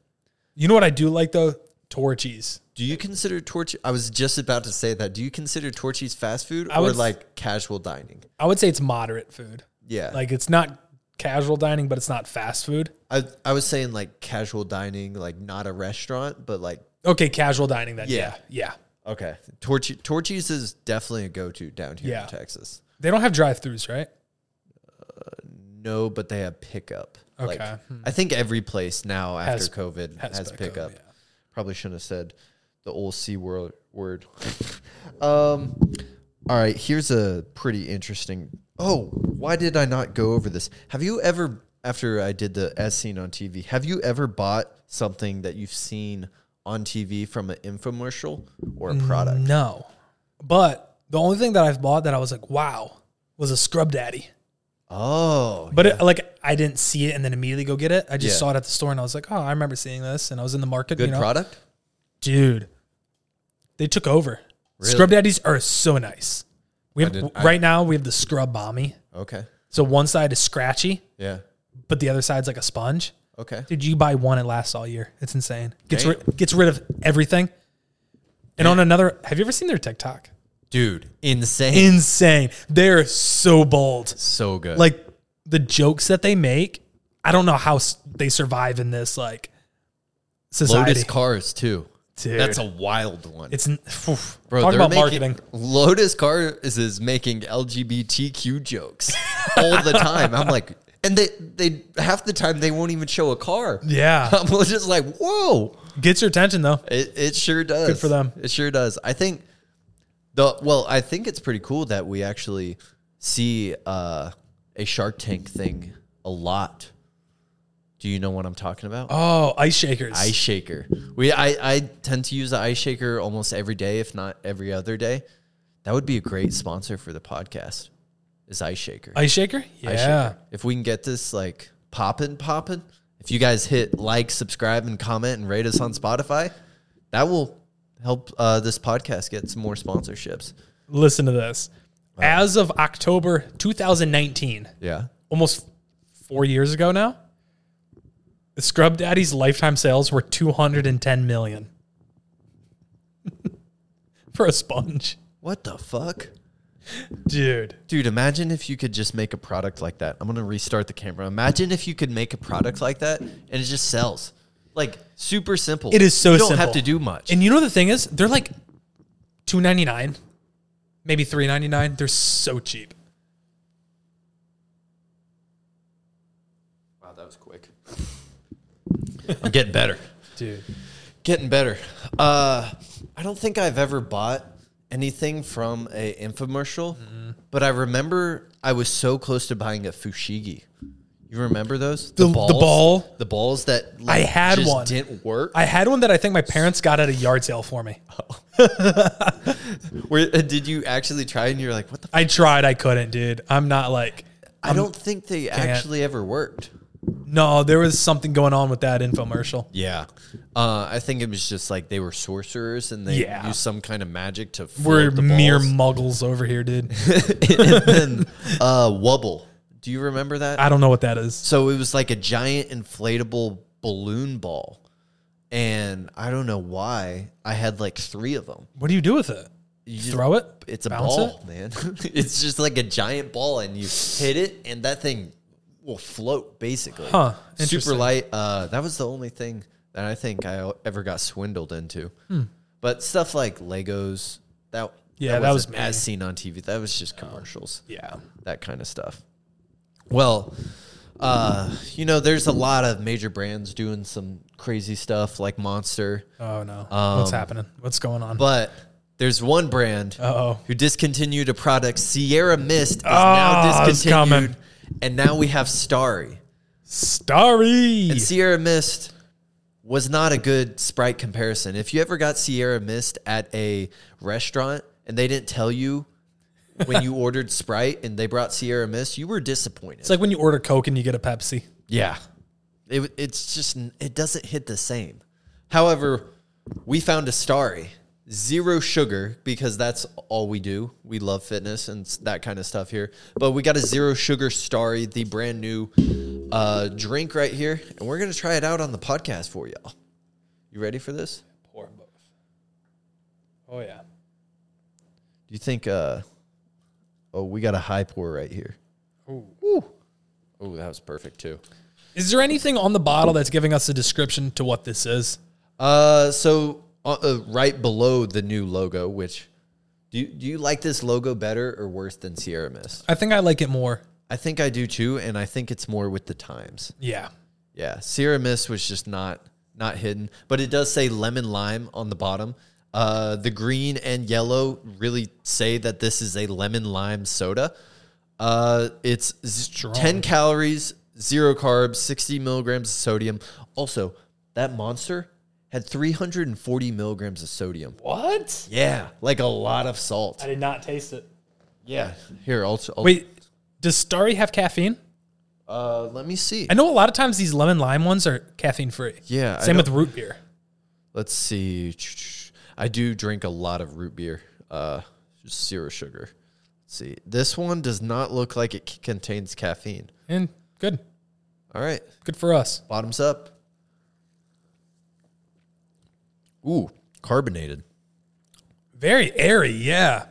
S2: You know what I do like though? Torchies.
S1: Do you consider torch? I was just about to say that. Do you consider torchies fast food
S2: I
S1: or
S2: would s-
S1: like casual dining?
S2: I would say it's moderate food.
S1: Yeah,
S2: Like it's not casual dining, but it's not fast food.
S1: I I was saying like casual dining, like not a restaurant, but like
S2: Okay, casual dining then.
S1: Yeah.
S2: Yeah. Yeah.
S1: okay, torch torchies is definitely a go to down here
S2: Yeah.
S1: in Texas.
S2: They don't have drive-throughs, right?
S1: No, but they have pickup.
S2: Okay. Hmm.
S1: Like, I think every place now after
S2: Has-
S1: COVID has,
S2: has
S1: pickup.
S2: pickup,
S1: Probably shouldn't have said the old C word. word. <laughs> um, all right, here's a pretty interesting. Oh, why did I not go over this? Have you ever, after I did the as seen on TV, have you ever bought something that you've seen on TV from an infomercial or a
S2: Mm.
S1: product?
S2: No. But the only thing that I've bought that I was like, wow, was a scrub daddy.
S1: Oh,
S2: But it, like I didn't see it and then immediately go get it. I just
S1: Yeah.
S2: saw it at the store and I was like, oh, I remember seeing this. And I was in the market.
S1: good
S2: you know?
S1: product.
S2: dude. They took over.
S1: Really?
S2: Scrub daddies are so nice. We have
S1: didn't- I-
S2: right now we have the scrub bommy.
S1: Okay.
S2: So one side is scratchy,
S1: Yeah.
S2: but the other side's like a sponge.
S1: Okay.
S2: Dude, you buy one, it lasts all year. It's insane. Gets
S1: Damn.
S2: rid, gets rid of everything. And on another, have you ever seen their TikTok?
S1: Dude, insane.
S2: Insane. They're so bold.
S1: So good.
S2: Like the jokes that they make, I don't know how s- they survive in this like society.
S1: Lotus cars too.
S2: Dude.
S1: That's a wild one.
S2: it's n- <sighs> oof.
S1: Bro,
S2: talk
S1: they're
S2: about
S1: making-
S2: marketing.
S1: Lotus Cars is, making LGBTQ jokes all the time. I'm like, and they they half the time they won't even show a car. <laughs>
S2: Yeah.
S1: I'm just like, whoa.
S2: Gets your attention though.
S1: It it sure does.
S2: for them.
S1: It sure does. I think the well, I think it's pretty cool that we actually see uh, a Shark Tank thing a lot. Do you know what I'm talking about?
S2: Oh, ice shakers.
S1: ice shaker. We I, I tend to use the ice shaker almost every day, if not every other day. That would be a great sponsor for the podcast. Is ice shaker.
S2: ice shaker?
S1: Ice
S2: Yeah.
S1: Shaker. If we can get this like poppin' poppin', if you guys hit like, subscribe, and comment and rate us on Spotify, that will help uh, this podcast get some more sponsorships.
S2: Listen to this. As of October 2019,
S1: Yeah.
S2: almost four years ago now, the Scrub Daddy's lifetime sales were 210 million <laughs> for a sponge,
S1: What the fuck?
S2: dude.
S1: Dude, imagine if you could just make a product like that. I'm gonna restart the camera. Imagine if you could make a product like that and it just sells. Like super simple.
S2: It is so
S1: You don't have
S2: simple.
S1: to do much.
S2: And you know the thing is, they're like 2.99, maybe 3.99. They're so cheap.
S1: wow, that was quick. I'm getting better.
S2: Dude.
S1: Getting better. Uh, I don't think I've ever bought anything from a infomercial, but I remember I was so close to buying a fushigi. You remember those?
S2: The- the ball?
S1: the balls that
S2: I
S1: like,
S2: had
S1: just
S2: one.
S1: didn't work.
S2: I had one that I think my parents got at a yard sale for me.
S1: Where uh, did you actually try? And you're like, what the
S2: I tried, I couldn't, dude. I'm not like
S1: I don't think they actually ever worked.
S2: No, there was something going on with that infomercial.
S1: Yeah, uh, I think it was just like they were sorcerers and they
S2: Yeah.
S1: used some kind of magic to float
S2: We're
S1: the
S2: mere
S1: balls.
S2: muggles over here, <laughs>
S1: <laughs>
S2: dude.
S1: and then uh, wubble. Do you remember that?
S2: I don't know what that is.
S1: so it was like a giant inflatable balloon ball, and I don't know why I had like three of them.
S2: What do you do with it? You
S1: just-
S2: throw it?
S1: It's a
S2: Bounce
S1: ball, man. <laughs> it's just like a giant ball, and you hit it, and that thing will float basically.
S2: Huh,
S1: Super
S2: interesting.
S1: light. Uh, that was the only thing that I think I ever got swindled into. But stuff like Legos, that
S2: Hmm. Yeah, that was
S1: wasn't
S2: me. Oh.
S1: as seen on TV. That was just commercials.
S2: Yeah.
S1: that kind of stuff. Well, uh, you know, there's a lot of major brands doing some crazy stuff like Monster,
S2: Oh no. What's happening? What's going on?
S1: but there's one brand
S2: Uh-oh.
S1: who discontinued a product. Sierra Mist is
S2: Ah,
S1: now
S2: it's
S1: discontinued,
S2: coming.
S1: and now we have Starry.
S2: Starry.
S1: And Sierra Mist was not a good Sprite comparison. If you ever got Sierra Mist at a restaurant and they didn't tell you when
S2: <laughs>
S1: you ordered Sprite and they brought Sierra Mist, you were disappointed.
S2: It's like when you order Coke and you get a Pepsi.
S1: yeah. It, it's just, it doesn't hit the same. However, we found Astari, zero sugar, because that's all we do. We love fitness and s- that kind of stuff here. But we got a zero sugar Stari, the brand new uh, drink right here. And we're going to try it out on the podcast for y'all. You ready for this?
S2: Pour both. Oh yeah.
S1: Do you think? Uh, oh, we got a high pour right here. Oh, that was perfect too.
S2: Is there anything on the bottle that's giving us a description to what this is?
S1: Uh, so uh, uh, right below the new logo, which do you, do you like this logo better or worse than Sierra Mist?
S2: I think I like it more.
S1: I think I do too, and I think it's more with the times.
S2: Yeah.
S1: Yeah, Sierra Mist was just not not hidden, but it does say lemon lime on the bottom. Uh, the green and yellow really say that this is a lemon lime soda. Uh, it's z- ten calories, zero carbs, sixty milligrams of sodium. Also, that monster had three hundred and forty milligrams of sodium.
S2: What?
S1: Yeah, like a lot of salt.
S2: did not taste it.
S1: Yeah, here I'll, I'll
S2: Wait, does Starry have caffeine?
S1: Uh, let me see.
S2: I know a lot of times these lemon lime ones are caffeine free.
S1: Yeah, I
S2: Same
S1: know-
S2: with root beer.
S1: Let's see. I do drink a lot of root beer, uh, just zero sugar. Let's see. This one does not look like it c- contains caffeine.
S2: And good.
S1: All right.
S2: Good for us.
S1: Bottoms up. Ooh, carbonated.
S2: Very airy, yeah.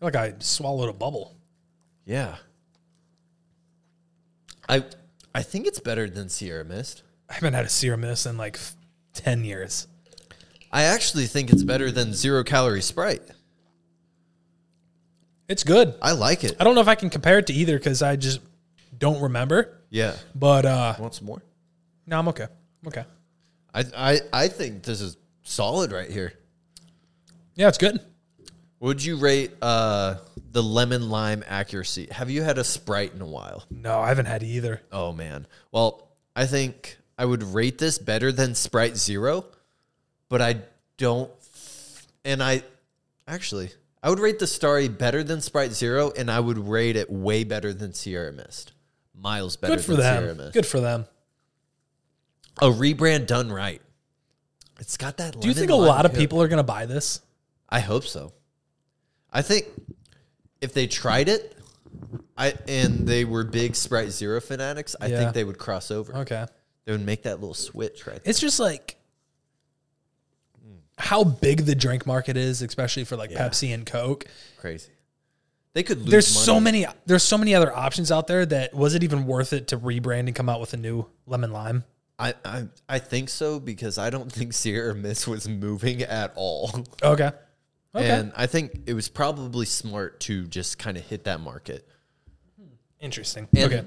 S2: Like I swallowed a bubble.
S1: Yeah. I I think it's better than Sierra Mist.
S2: I haven't had a serum this in like f- 10 years.
S1: I actually think it's better than zero calorie Sprite.
S2: It's good.
S1: I like it.
S2: I don't know if I can compare it to either because I just don't remember.
S1: Yeah.
S2: But uh
S1: Want some more?
S2: no, I'm okay. I'm okay.
S1: I I I think this is solid right here.
S2: Yeah, it's good.
S1: Would you rate uh, the lemon lime accuracy? Have you had a Sprite in a while?
S2: No, I haven't had either.
S1: Oh man. Well, I think I would rate this better than Sprite Zero, but I don't. And I actually, I would rate the Starry better than Sprite Zero, and I would rate it way better than Sierra Mist. Miles better
S2: Good for
S1: than Sierra
S2: them.
S1: Mist.
S2: Good for them.
S1: A rebrand done right. It's got that.
S2: Do you think a lot of people are going to buy this?
S1: I hope so. I think if they tried it, I and they were big Sprite Zero fanatics, I
S2: Yeah.
S1: think they would cross over.
S2: Okay.
S1: They would make that little switch right there.
S2: It's just like how big the drink market is, especially for like Pepsi and Coke.
S1: Crazy. They could lose
S2: There's
S1: money.
S2: so many there's so many other options out there that was it even worth it to rebrand and come out with a new lemon lime?
S1: I, I I think so because I don't <laughs> think Sierra Miss was moving at all.
S2: Okay. Okay.
S1: And I think it was probably smart to just kind of hit that market.
S2: Interesting.
S1: And
S2: okay.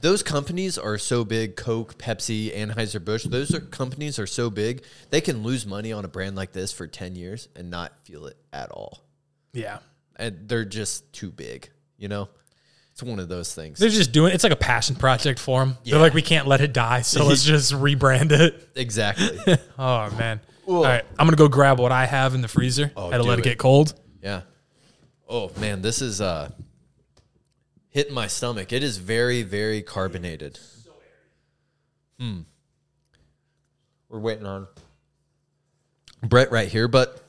S1: Those companies are so big, Coke, Pepsi, Anheuser Busch. Those are companies are so big they can lose money on a brand like this for ten years and not feel it at all.
S2: Yeah.
S1: And they're just too big, you know. It's one of those
S2: <laughs>
S1: things.
S2: They're just doing it's like a passion project for them. They're like we can't let it die, <laughs> so let's just rebrand it.
S1: Exactly.
S2: Oh man. All right, I'm gonna go grab what I have in the freezer. I had to
S1: do
S2: let Oh, it
S1: it.
S2: get cold.
S1: yeah. Oh man, this is uh hitting my stomach. It is very, very carbonated. Hmm. We're waiting on Brett right here, but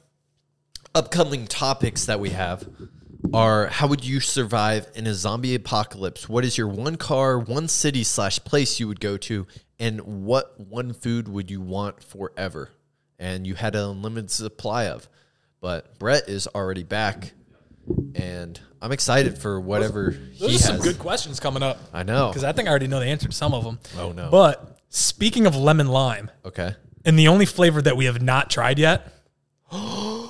S1: upcoming topics that we have are how would you survive in a zombie apocalypse? What is your one car, one city slash place you would go to, and what one food would you want forever? And you had an unlimited supply of. But Brett is already back, and I'm excited for whatever
S2: Those
S1: he
S2: are
S1: has.
S2: some good questions coming up
S1: I know.
S2: because I think I already know the answer to some of them.
S1: Oh, no.
S2: But speaking of lemon lime,
S1: Okay.
S2: and the only flavor that we have not tried <gasps> yet,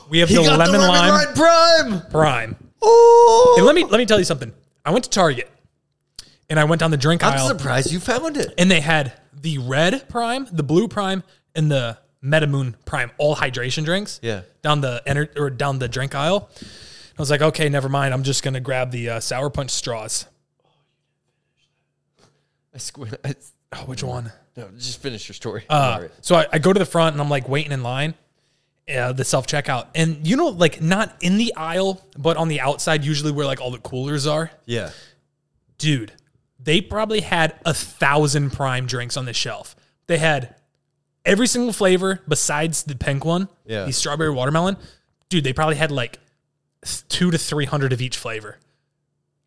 S2: we have the lemon, lime
S1: prime.
S2: prime.
S1: Oh,
S2: And let me let me tell you something. I went to Target, and I went down the drink
S1: I'm
S2: aisle,
S1: surprised you found it.
S2: and they had the red prime, the blue prime, and the Metamoon prime, all hydration drinks.
S1: Yeah.
S2: Down the ener- or down the drink aisle. I was like, okay, never mind. I'm just gonna grab the uh, sour punch straws.
S1: <laughs> I squint. I,
S2: Oh, which one?
S1: no, just finish your story.
S2: Uh, so I, I go to the front and I'm like waiting in line, uh, the self checkout, and you know, like not in the aisle, but on the outside, usually where like all the coolers are.
S1: Yeah.
S2: Dude, they probably had a thousand prime drinks on the shelf. They had every single flavor besides the pink one,
S1: Yeah.
S2: the strawberry watermelon. Dude, they probably had like th- two to three hundred of each flavor.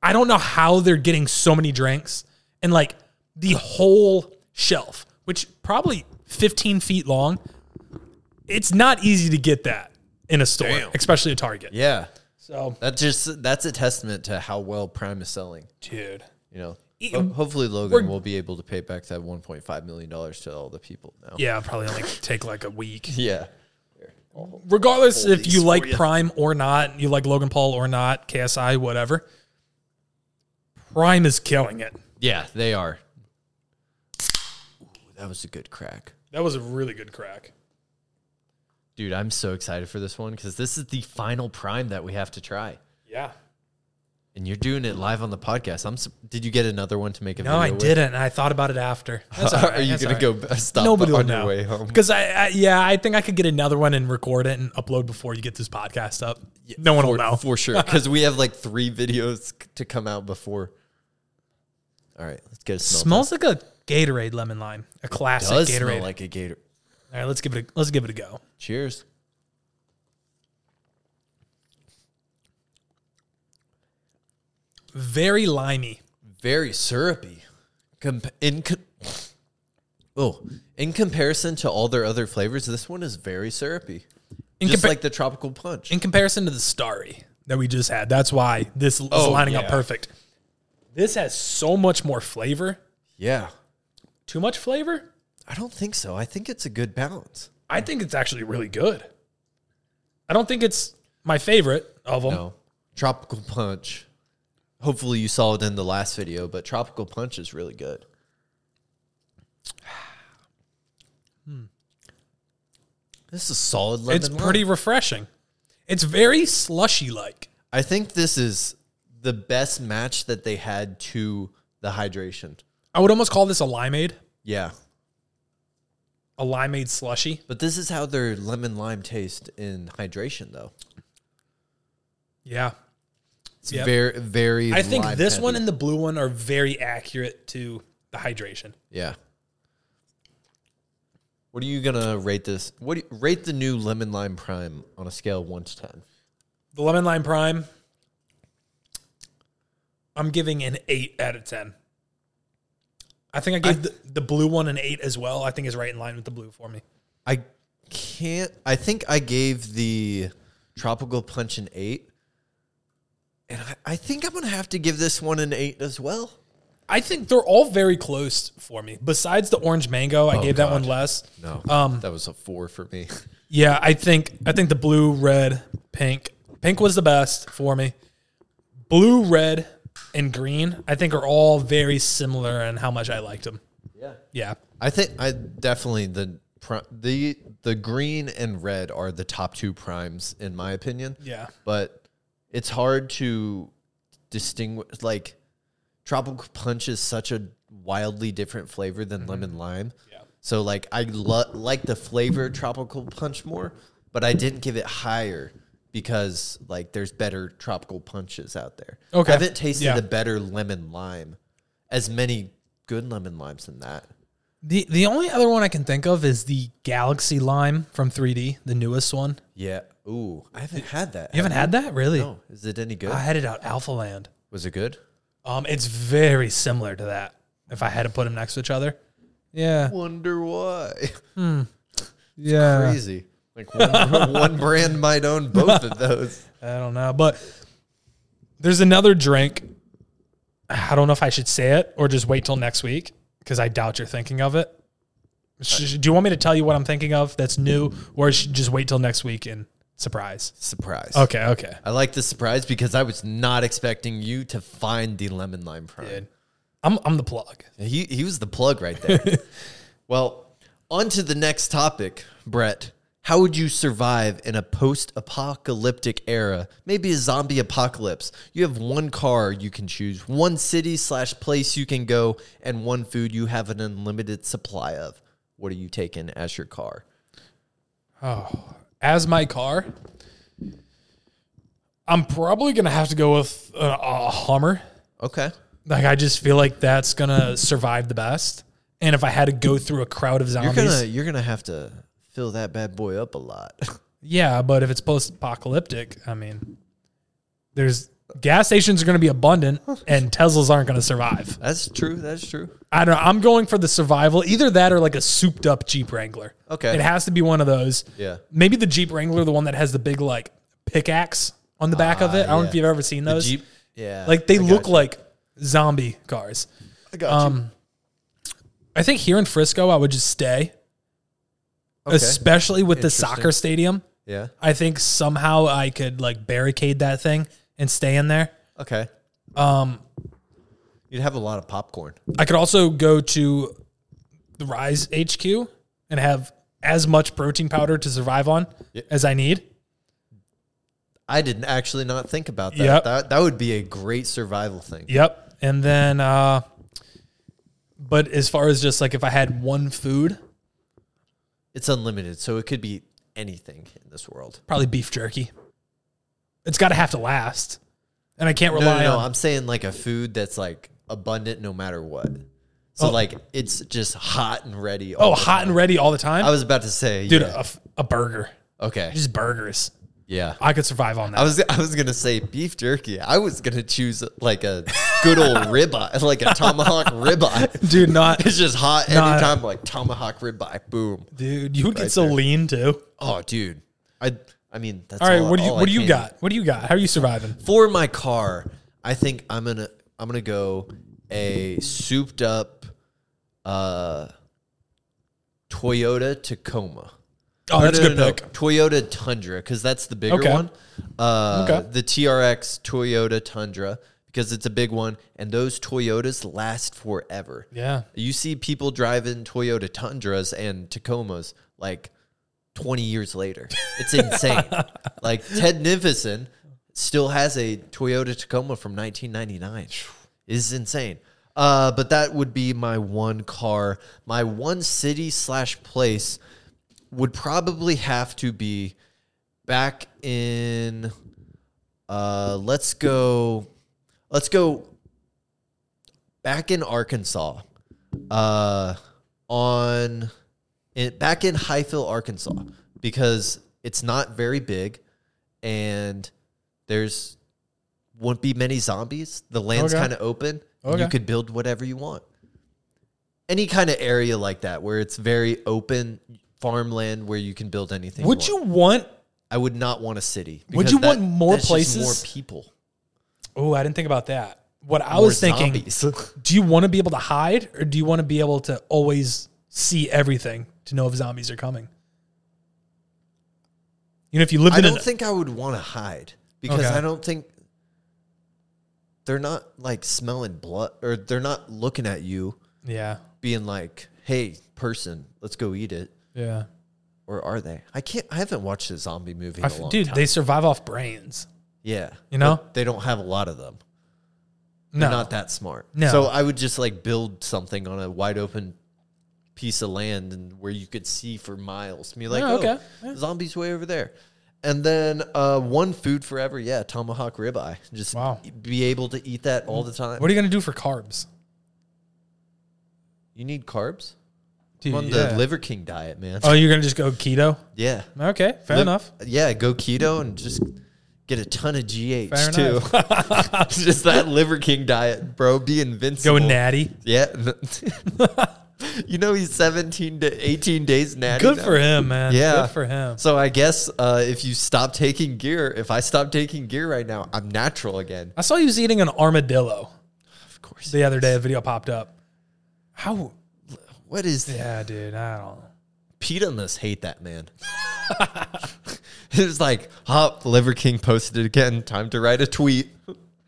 S2: I don't know how they're getting so many drinks and like the whole shelf, which probably 15 feet long. It's not easy to get that in a store, especially a Target.
S1: Yeah.
S2: So,
S1: That just that's a testament to how well Prime is selling.
S2: dude,
S1: You know,
S2: E-
S1: Ho- hopefully Logan will be able to pay back that 1.5 million dollars to all the people now.
S2: yeah, probably only take like a week.
S1: Yeah.
S2: regardless if
S1: these
S2: you
S1: for
S2: like
S1: ya.
S2: Prime or not, you like Logan Paul or not, KSI, whatever. Prime is killing it.
S1: Yeah, they are. Ooh, that was a good crack.
S2: That was a really good crack.
S1: Dude, I'm so excited for this one because this is the final prime that we have to try.
S2: Yeah.
S1: And you're doing it live on the podcast. I'm. su- Did you get another one to make a
S2: No,
S1: video?
S2: I
S1: with?
S2: didn't. and I thought about it after. That's all
S1: <laughs>
S2: right,
S1: Are you
S2: that's
S1: gonna
S2: all
S1: go
S2: right. <laughs>
S1: b- stop
S2: Nobody will
S1: on your
S2: know.
S1: way home?
S2: Because I, I, yeah, I think I could get another one and record it and upload before you get this podcast up. Oh, no one will know.
S1: for sure.
S2: <laughs>
S1: Because we have like three videos c- to come out before. All right, let's get a smell.
S2: Smells like a Gatorade lemon lime, a classic
S1: does
S2: Gatorade.
S1: smell like a gator.
S2: all right, let's give it. A, let's give it a go.
S1: Cheers.
S2: Very limey.
S1: Very syrupy. Com- in co- oh, in comparison to all their other flavors, this one is very syrupy.
S2: In
S1: Just
S2: compa-
S1: like the tropical punch.
S2: in comparison to the starry that we just had. That's why this is
S1: Oh,
S2: lining up
S1: yeah.
S2: perfect. This has so much more flavor.
S1: yeah,
S2: Too much flavor?
S1: I don't think so. I think it's a good balance.
S2: I think it's actually really good. I don't think it's my favorite of them.
S1: No, tropical punch. Hopefully, you saw it in the last video, but tropical punch is really good. <sighs> Hmm. This is solid lemon.
S2: it's
S1: lime.
S2: pretty refreshing. It's very slushy like.
S1: I think this is the best match that they had to the hydration.
S2: I would almost call this a limeade,
S1: Yeah,
S2: a limeade slushy.
S1: but this is how their lemon lime taste in hydration, though.
S2: Yeah.
S1: It's
S2: Yep.
S1: very, very.
S2: I think
S1: lime
S2: this
S1: heavy.
S2: one and the blue one are very accurate to the hydration.
S1: yeah. What are you gonna rate this? What do you, rate the new lemon lime prime on a scale of one to ten?
S2: The lemon lime prime, I'm giving an eight out of ten. I think I gave the, the blue one an eight as well. I think is right in line with the blue for me.
S1: I can't. I think I gave the tropical punch an eight, and I, I think I'm gonna have to give this one an eight as well.
S2: I think they're all very close for me. Besides the orange mango, I gave that one less.
S1: No, that was a four for me.
S2: Yeah, I think I think the blue, red, pink. Pink was the best for me. Blue, red, and green, I think are all very similar in how much I liked them.
S1: <laughs> Yeah,
S2: Yeah.
S1: I think I definitely the pri- the the green and red are the top two primes in my opinion.
S2: Yeah.
S1: but it's hard to distinguish. Like tropical punch is such a wildly different flavor than lemon lime.
S2: Mm-hmm. Yeah.
S1: So like I lo- like the flavor tropical punch more, but I didn't give it higher because like there's better tropical punches out there.
S2: Okay.
S1: I haven't tasted
S2: Yeah.
S1: the better lemon lime, as many good lemon limes than that.
S2: The the only other one I can think of is the Galaxy Lime from 3D, the newest one.
S1: Yeah. Ooh, I haven't had that.
S2: You haven't had that, really?
S1: No. Is it any good?
S2: I had it out Alpha Land.
S1: Was it good?
S2: Um, it's very similar to that. If I had to put them next to each other, yeah,
S1: Wonder why.
S2: <laughs> yeah,
S1: Crazy. Like one, <laughs> one brand might own both of those.
S2: I don't know, but there's another drink. I don't know if I should say it or just wait till next week because I doubt you're thinking of it. Sh- Do you want me to tell you what I'm thinking of that's new, or should just wait till next week and surprise?
S1: Surprise.
S2: Okay, okay.
S1: I like the surprise because I was not expecting you to find the lemon lime prime.
S2: Dude, I'm I'm the plug.
S1: He he was the plug right
S2: <laughs>
S1: there. well, on to the next topic, Brett. How would you survive in a post-apocalyptic era? Maybe a zombie apocalypse. You have one car you can choose, one city slash place you can go, and one food you have an unlimited supply of. What are you taking as your car?
S2: Oh, as my car, I'm probably gonna have to go with a, a Hummer.
S1: Okay.
S2: Like I just feel like that's gonna survive the best. And if I had to go through a crowd of
S1: You're
S2: zombies,
S1: gonna you're gonna have to fill that bad boy up a
S2: <laughs>
S1: lot.
S2: yeah. But if it's post-apocalyptic, I mean, there's gas stations are gonna be abundant, and Teslas aren't gonna survive.
S1: That's true. That's true.
S2: I don't know. I'm going for the survival. Either that or like a souped up Jeep Wrangler.
S1: Okay.
S2: It has to be one of those.
S1: Yeah.
S2: Maybe the Jeep Wrangler, the one that has the big like pickaxe on the back of it. I don't know if
S1: Ah, yeah.
S2: you've ever seen those.
S1: Jeep. Yeah.
S2: Like they
S1: I
S2: look
S1: got you.
S2: like zombie cars.
S1: I got you.
S2: Um I think here in Frisco I would just stay.
S1: Okay.
S2: Especially with the
S1: Interesting.
S2: soccer stadium.
S1: Yeah.
S2: I think somehow I could like barricade that thing and stay in there.
S1: Okay.
S2: Um
S1: You'd have a lot of popcorn.
S2: I could also go to the Rise HQ and have as much protein powder to survive on
S1: Yeah.
S2: as I need.
S1: I didn't actually not think about that.
S2: Yep.
S1: That that would be a great survival thing.
S2: Yep. And then, uh, but as far as just like if I had one food,
S1: It's unlimited, so it could be anything in this world.
S2: probably beef jerky. It's got to have to last. And I can't
S1: No, no,
S2: rely
S1: no,
S2: on.
S1: I'm saying like a food that's like abundant no matter what. So
S2: Oh.
S1: like it's just hot and ready.
S2: oh, hot and ready all the time?
S1: I was about to say,
S2: Dude,
S1: yeah.
S2: a, f- a burger.
S1: okay,
S2: Just burgers.
S1: yeah.
S2: I could survive on
S1: I
S2: that.
S1: was I was gonna say beef jerky. I was gonna choose like a good old
S2: <laughs>
S1: ribeye, like a tomahawk ribeye.
S2: Dude, not.
S1: <laughs> It's just hot
S2: No, I-
S1: anytime, like tomahawk ribeye. Boom.
S2: Dude, you would get so
S1: there.
S2: lean too.
S1: Oh, dude. I I mean that's
S2: All right,
S1: all-
S2: what do you
S1: all I
S2: what do you
S1: can.
S2: got? What do you got? How are you surviving?
S1: for my car, I think I'm gonna I'm gonna go a souped up uh Toyota Tacoma.
S2: Oh,
S1: No,
S2: that's
S1: no,
S2: a good
S1: no, no,
S2: pick.
S1: Toyota Tundra, because that's the bigger
S2: Okay.
S1: one. Uh,
S2: Okay.
S1: The TRX Toyota Tundra, because it's a big one, and those Toyotas last forever.
S2: Yeah.
S1: You see people driving Toyota Tundras and Tacomas like 20 years later. It's insane. like Ted Nivison still has a Toyota Tacoma from 1999. It is insane. Uh, but that would be my one car. My one city slash place would probably have to be back in. Uh, let's go. Let's go back in Arkansas, uh, on in, back in Highfield, Arkansas, because it's not very big, and there's won't be many zombies. The land's
S2: Okay.
S1: kind of open. and
S2: Okay.
S1: You could build whatever you want. Any kind of area like that where it's very open farmland where you can build anything.
S2: Would you want?
S1: I would not want a city.
S2: Would
S1: because
S2: you want more
S1: that's just
S2: places?
S1: more people.
S2: Oh, I didn't think about that. What I
S1: more
S2: was thinking:
S1: zombies. <laughs>
S2: Do you want to be able to hide, or do you want to be able to always see everything to know if zombies are coming? You know, if you lived
S1: I
S2: in a
S1: don't think I would want to hide because
S2: Okay.
S1: I don't think they're not like smelling blood or they're not looking at you
S2: yeah,
S1: being like, "Hey, person, let's go eat it."
S2: yeah,
S1: Or are they? I can't. I haven't watched a zombie movie in
S2: I
S1: a
S2: f-
S1: long
S2: dude,
S1: time.
S2: they survive off brains.
S1: yeah,
S2: You know?
S1: But they don't have a lot of them.
S2: No,
S1: They're not that smart.
S2: No.
S1: So I would just like build something on a wide open piece of land and where you could see for miles. And be like,
S2: Oh,
S1: oh,
S2: okay. Yeah.
S1: zombies way over there. And then uh, one food forever, yeah, tomahawk ribeye. Just
S2: Wow. Mm.
S1: be able to eat that all the time.
S2: what are you gonna do for carbs?
S1: you need carbs?
S2: Dude,
S1: I'm on
S2: yeah.
S1: the Liver King diet, man.
S2: oh, you're gonna just go keto?
S1: yeah.
S2: Okay, fair
S1: Liv-
S2: enough.
S1: Yeah, go keto and just get a ton of GH
S2: Fair
S1: too. <laughs>
S2: enough.
S1: just that Liver King diet, bro. Be invincible.
S2: Go natty.
S1: Yeah. <laughs> you know he's 17 to 18 days natty.
S2: Good
S1: now.
S2: for him, man.
S1: Yeah.
S2: good for him.
S1: So I guess uh, if you stop taking gear, if I stop taking gear right now, I'm natural again.
S2: I saw you was eating an armadillo.
S1: Of course.
S2: the other day a video popped up. How?
S1: What is that?
S2: Yeah, dude. I don't. know.
S1: Pete and us hate that man. <laughs> it was like, hop, Liver King posted again. Time to write a tweet. <laughs>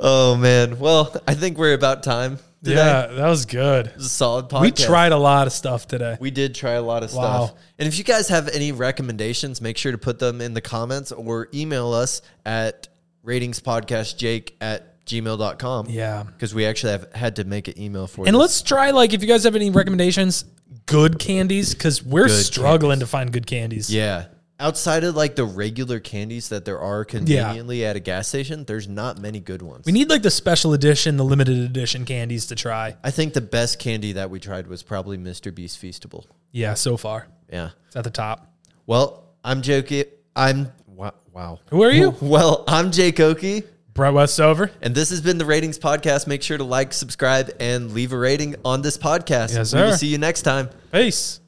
S1: oh man. Well, I think we're about time. Today.
S2: Yeah, that was good.
S1: This is a solid podcast.
S2: We tried a lot of stuff today.
S1: We did try a lot of
S2: Wow.
S1: stuff. And if you guys have any recommendations, make sure to put them in the comments or email us at ratingspodcastjake at gmail.com.
S2: Yeah.
S1: Because we actually have had to make an email for
S2: And
S1: this.
S2: let's try like if you guys have any recommendations, good candies because we're
S1: Good
S2: struggling to find good candies.
S1: Yeah. Outside of like the regular candies that there are conveniently at a gas station, there's not many good ones.
S2: We need like the special edition, the limited edition candies to try.
S1: I think the best candy that we tried was probably Mr. Beast Feastable.
S2: Yeah, so far
S1: Yeah.
S2: it's at the top.
S1: Well, I'm joking. I'm wow. wow.
S2: Who are you?
S1: <laughs> Well, I'm Jake Okie,
S2: Brett Westover.
S1: and this has been the Ratings Podcast. Make sure to like, subscribe, and leave a rating on this podcast.
S2: Yes,
S1: We will
S2: sir.
S1: see you next time.
S2: Peace.